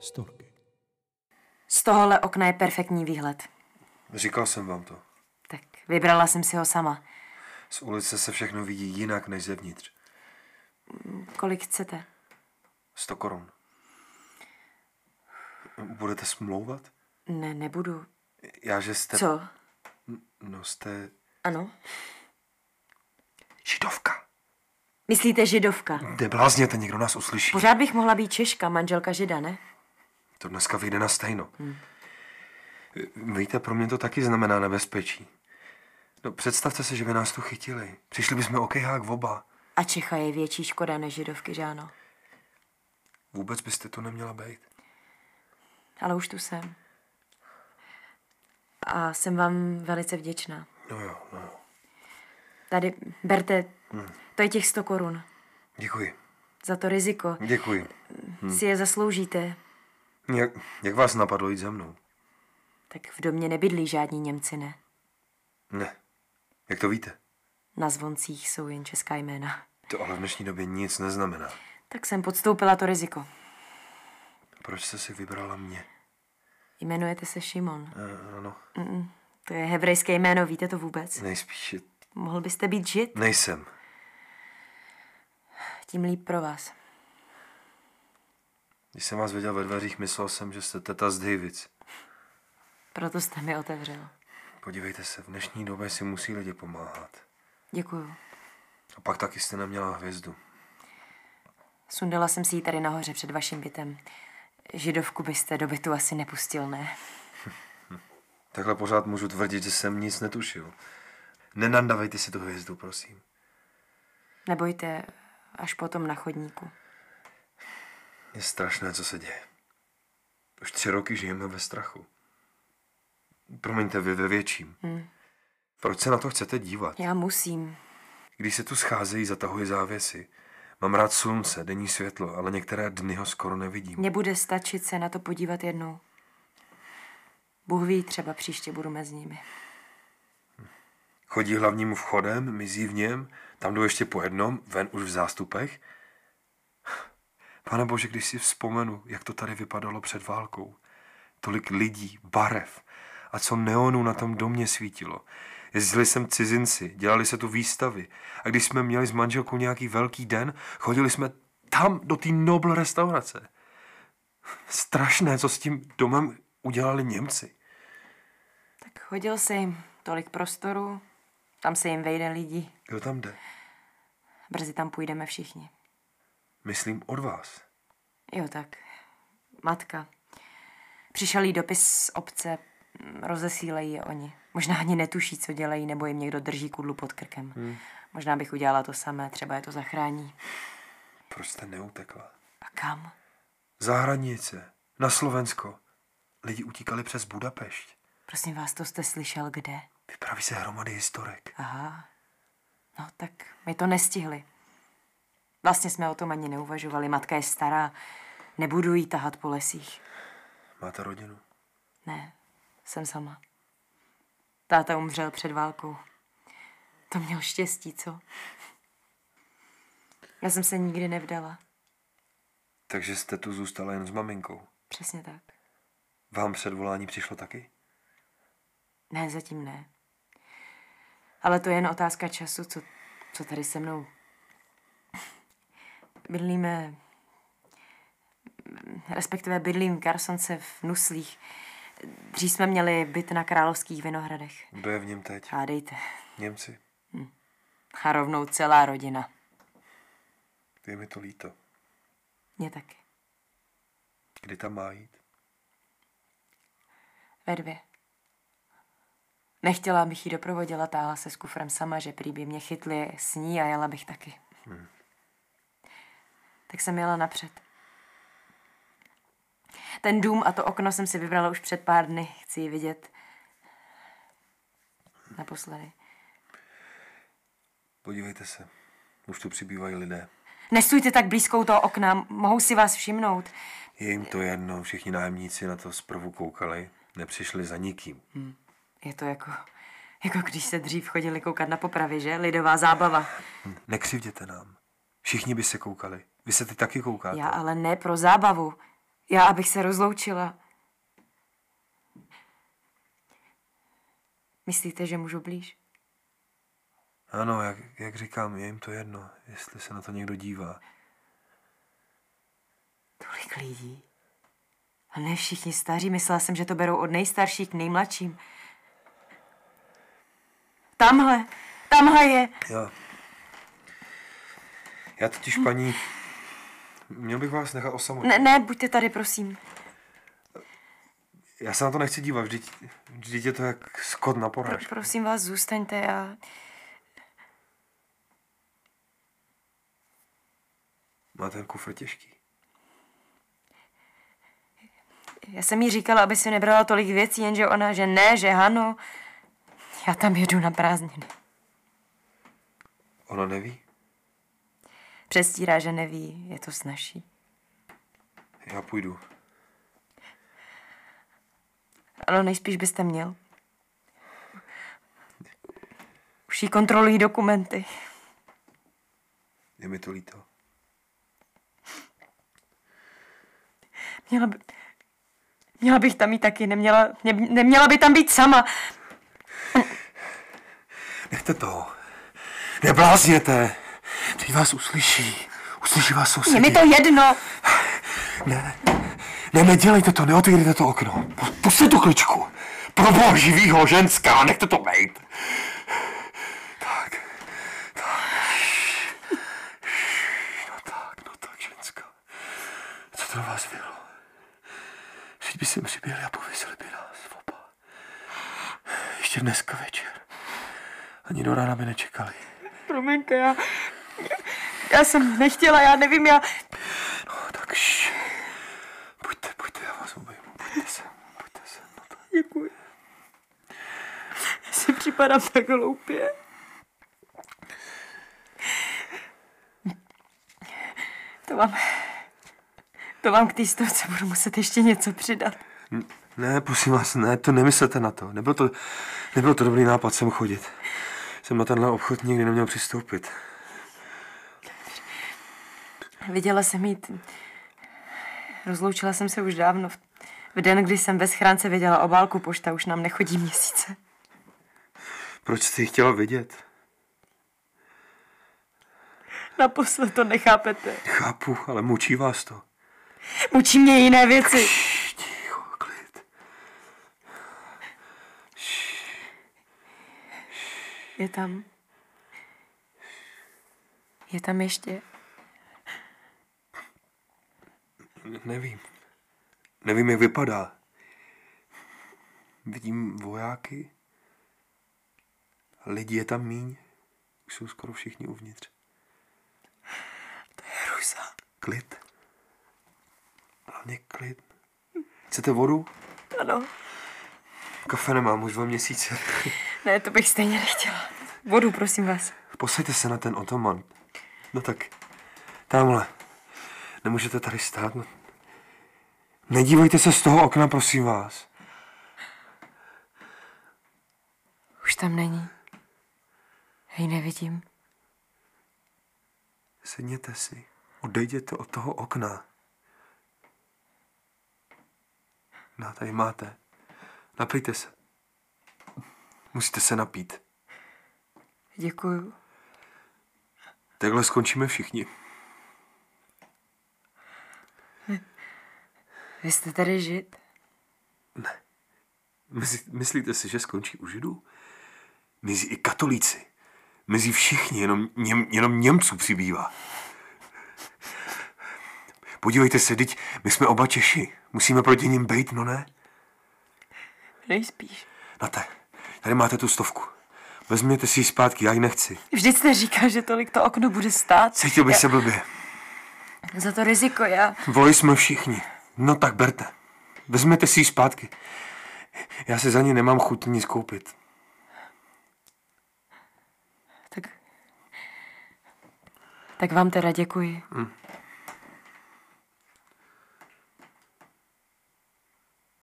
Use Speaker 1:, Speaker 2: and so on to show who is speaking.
Speaker 1: storky.
Speaker 2: Z tohohle okna je perfektní výhled.
Speaker 3: Říkal jsem vám to.
Speaker 2: Tak vybrala jsem si ho sama.
Speaker 3: Z ulice se všechno vidí jinak než zevnitř.
Speaker 2: Kolik chcete?
Speaker 3: 100 korun. Budete smlouvat?
Speaker 2: Ne, nebudu.
Speaker 3: Já, že jste...
Speaker 2: Co?
Speaker 3: No, jste
Speaker 2: Ano?
Speaker 3: židovka.
Speaker 2: Myslíte židovka?
Speaker 3: Neblázněte, někdo nás uslyší.
Speaker 2: Pořád bych mohla být Češka, manželka žida, ne?
Speaker 3: To dneska vyjde na stejno. Hmm. Víte, pro mě to taky znamená nebezpečí. No, představte si, že by nás tu chytili. Přišli bychom o kejhák v oba.
Speaker 2: A Čecha je větší škoda než židovky, že ano?
Speaker 3: Vůbec byste tu neměla být.
Speaker 2: Ale už tu jsem. A jsem vám velice vděčná.
Speaker 3: No jo, no jo.
Speaker 2: Tady, berte, to je těch 100 korun.
Speaker 3: Děkuji.
Speaker 2: Za to riziko.
Speaker 3: Děkuji.
Speaker 2: Si je zasloužíte.
Speaker 3: Jak, jak vás napadlo jít za mnou?
Speaker 2: Tak v domě nebydlí žádní Němci, ne?
Speaker 3: Ne. Jak to víte?
Speaker 2: Na zvoncích jsou jen česká jména.
Speaker 3: To ale v dnešní době nic neznamená.
Speaker 2: Tak jsem podstoupila to riziko.
Speaker 3: Proč jste si vybrala mě?
Speaker 2: Jmenujete se Šimon.
Speaker 3: Eh, Ano,
Speaker 2: To je hebrejské jméno, víte to vůbec?
Speaker 3: nejspíš
Speaker 2: Mohl byste být žid?
Speaker 3: nejsem.
Speaker 2: Tím líp pro vás.
Speaker 3: Když jsem vás viděl ve dveřích, myslel jsem, že jste teta z Davids.
Speaker 2: Proto jste mi otevřel.
Speaker 3: Podívejte se, v dnešní době si musí lidi pomáhat.
Speaker 2: Děkuju.
Speaker 3: A pak taky jste neměla hvězdu.
Speaker 2: Sundala jsem si ji tady nahoře před vaším bytem. Židovku byste do bytu asi nepustil, ne?
Speaker 3: Takhle pořád můžu tvrdit, že jsem nic netušil. Nenandavejte si tu hvězdu, prosím.
Speaker 2: Nebojte, až potom na chodníku.
Speaker 3: Je strašné, co se děje. Už tři roky žijeme ve strachu. Promiňte, vy ve větším. Hmm. Proč se na to chcete dívat?
Speaker 2: Já musím.
Speaker 3: Když se tu scházejí, zatahuji závěsy. Mám rád slunce, denní světlo, ale některé dny ho skoro nevidím.
Speaker 2: Mně bude stačit se na to podívat jednou. Bůh ví, třeba příště budu mezi nimi.
Speaker 3: Chodí hlavním vchodem, mizí v něm, tam jdou ještě po jednom, ven už v zástupech. Pane Bože, když si vzpomenu, jak to tady vypadalo před válkou. Tolik lidí, barev a co neonů na tom domě svítilo. Jezdili sem cizinci, dělali se tu výstavy a když jsme měli s manželkou nějaký velký den, chodili jsme tam do té Nobel restaurace. Strašné, co s tím domem udělali Němci.
Speaker 2: Tak hodil se jim tolik prostoru, tam se jim vejde lidi.
Speaker 3: Kdo tam jde?
Speaker 2: Brzy tam půjdeme všichni.
Speaker 3: Myslím od vás.
Speaker 2: Jo, tak. Matka. Přišel jí dopis z obce, mm, rozesílejí je oni. Možná ani netuší, co dělají, nebo jim někdo drží kudlu pod krkem. Hmm. Možná bych udělala to samé, třeba je to zachrání.
Speaker 3: Proč jste neutekla?
Speaker 2: A kam?
Speaker 3: Za hranice, na Slovensko. Lidi utíkali přes Budapešť.
Speaker 2: Prosím vás, to jste slyšel kde?
Speaker 3: Vypraví se hromady historek.
Speaker 2: Aha. No, tak my to nestihli. Vlastně jsme o tom ani neuvažovali. Matka je stará, nebudu jí tahat po lesích.
Speaker 3: Máte rodinu?
Speaker 2: Ne, jsem sama. Táta umřel před válkou. To měl štěstí, co? Já jsem se nikdy nevdala.
Speaker 3: Takže jste tu zůstala jen s maminkou.
Speaker 2: Přesně tak.
Speaker 3: Vám předvolání přišlo taky?
Speaker 2: Ne, zatím ne. Ale to je jen otázka času, co, co tady se mnou. Bydlíme, respektive bydlím v Garsonce v Nuslích. Dřív jsme měli byt na Královských Vinohradech.
Speaker 3: Kdo je v něm teď?
Speaker 2: Hádejte.
Speaker 3: Němci.
Speaker 2: A rovnou celá rodina.
Speaker 3: Je mi to líto.
Speaker 2: Mě taky.
Speaker 3: Kdy tam má jít?
Speaker 2: Ve dvě. Nechtěla, abych ji doprovodila, táhla se s kufrem sama, že prý by mě chytli s ní a jela bych taky. Hmm. Tak jsem jela napřed. Ten dům a to okno jsem si vybrala už před pár dny. Chci ji vidět naposledy.
Speaker 3: Podívejte se. Už tu přibývají lidé.
Speaker 2: Nestůjte tak blízkou toho okna, mohou si vás všimnout.
Speaker 3: Je jim to jedno, všichni nájemníci na to zprvu koukali, nepřišli za nikým.
Speaker 2: Je to jako, jako když se dřív chodili koukat na popravy, že? Lidová zábava.
Speaker 3: Nekřivděte nám. Všichni by se koukali. Vy se ty taky koukáte.
Speaker 2: Já ale ne pro zábavu. Já, abych se rozloučila. Myslíte, že můžu blíž?
Speaker 3: Ano, jak, jak říkám, je jim to jedno, jestli se na to někdo dívá.
Speaker 2: Tolik lidí. A ne všichni staří, myslela jsem, že to berou od nejstarších k nejmladším. Tamhle, tamhle je.
Speaker 3: Já, já totiž paní, měl bych vás nechat osamotnit.
Speaker 2: Ne, ne, buďte tady, prosím.
Speaker 3: Já se na to nechci dívat, vždyť, vždyť je to jak skot na
Speaker 2: Pro,
Speaker 3: porážku.
Speaker 2: prosím vás, zůstaňte a...
Speaker 3: Má ten kufr těžký.
Speaker 2: Já jsem jí říkala, aby si nebrala tolik věcí, jenže ona, že ne, že ano. Já tam jedu na prázdniny.
Speaker 3: Ona neví?
Speaker 2: Přestírá, že neví, je to snaží.
Speaker 3: Já půjdu.
Speaker 2: Ale nejspíš byste měl. Už jí kontrolují dokumenty.
Speaker 3: Je mi to líto.
Speaker 2: Měla by... Měla bych tam jít taky, neměla, ne, neměla by tam být sama.
Speaker 3: Nechte toho. Neblázněte. Teď vás uslyší. Uslyší vás sousedi.
Speaker 2: Je mi to jedno.
Speaker 3: Ne, ne, nedělejte to, neotvírejte to okno. Pu- Pusťte tu kličku. Pro boha živýho ženská, nechte to být. Tak, tak. No tak, no tak, ženská. Co to na vás bylo? Vždyť by si přiběhli a pověsili by nás oba. Ještě dneska večer. Ani do rána by nečekali.
Speaker 2: Promiňte, já... Já jsem nechtěla, já nevím, já...
Speaker 3: No tak, šš. Pojďte, pojďte, já vás obejmu. Pojďte sem, pojďte sem. No tak.
Speaker 2: Děkuji. Si připadám tak hloupě. To vám... To vám k té stovce budu muset ještě něco přidat.
Speaker 3: N- Ne, prosím vás, ne, to nemyslete na to. Nebyl to, nebyl to dobrý nápad sem chodit. Jsem na tenhle obchod nikdy neměl přistoupit.
Speaker 2: Viděla jsem jít... Rozloučila jsem se už dávno. v- V den, kdy jsem ve schránce viděla obálku pošta, už nám nechodí měsíce.
Speaker 3: Proč jste ji chtěla vidět?
Speaker 2: Naposled to nechápete.
Speaker 3: Chápu, ale mučí vás to.
Speaker 2: Mučí mě jiné věci.
Speaker 3: Šš, ticho, klid.
Speaker 2: Je tam. Je tam ještě.
Speaker 3: N- Nevím. Nevím, jak vypadá. Vidím vojáky. Lidi je tam míň. Už jsou skoro všichni uvnitř.
Speaker 2: Rusa.
Speaker 3: Klid. Hlavně klid. Chcete vodu?
Speaker 2: Ano.
Speaker 3: Kafe nemám už dva měsíce.
Speaker 2: Ne, to bych stejně nechtěla. Vodu, prosím vás.
Speaker 3: Posaďte se na ten otoman. No tak, tamhle. Nemůžete tady stát. No. Nedívejte se z toho okna, prosím vás.
Speaker 2: Už tam není. Hej, nevidím.
Speaker 3: Sedněte si. Odejděte od toho okna. No, tady máte. Napijte se. Musíte se napít.
Speaker 2: Děkuju.
Speaker 3: Takhle skončíme všichni.
Speaker 2: Vy jste tady žid?
Speaker 3: Myslí- Myslíte si, že skončí u židů? Mizí i katolíci. Mizí všichni, jenom, něm, jenom Němců přibývá. Podívejte se, teď my jsme oba Češi. Musíme proti ním bejt, no ne?
Speaker 2: Nejspíš.
Speaker 3: Nate, tady máte tu stovku. Vezměte si ji zpátky, já ji nechci.
Speaker 2: Vždyť jste říkal, že tolik to okno bude stát.
Speaker 3: Cítil bych
Speaker 2: já,
Speaker 3: se blbě.
Speaker 2: Za to riziko, já...
Speaker 3: Volili jsme všichni. No tak berte. Vezměte si ji zpátky. Já se za ní nemám chuť nic koupit.
Speaker 2: Tak... Tak vám teda děkuji.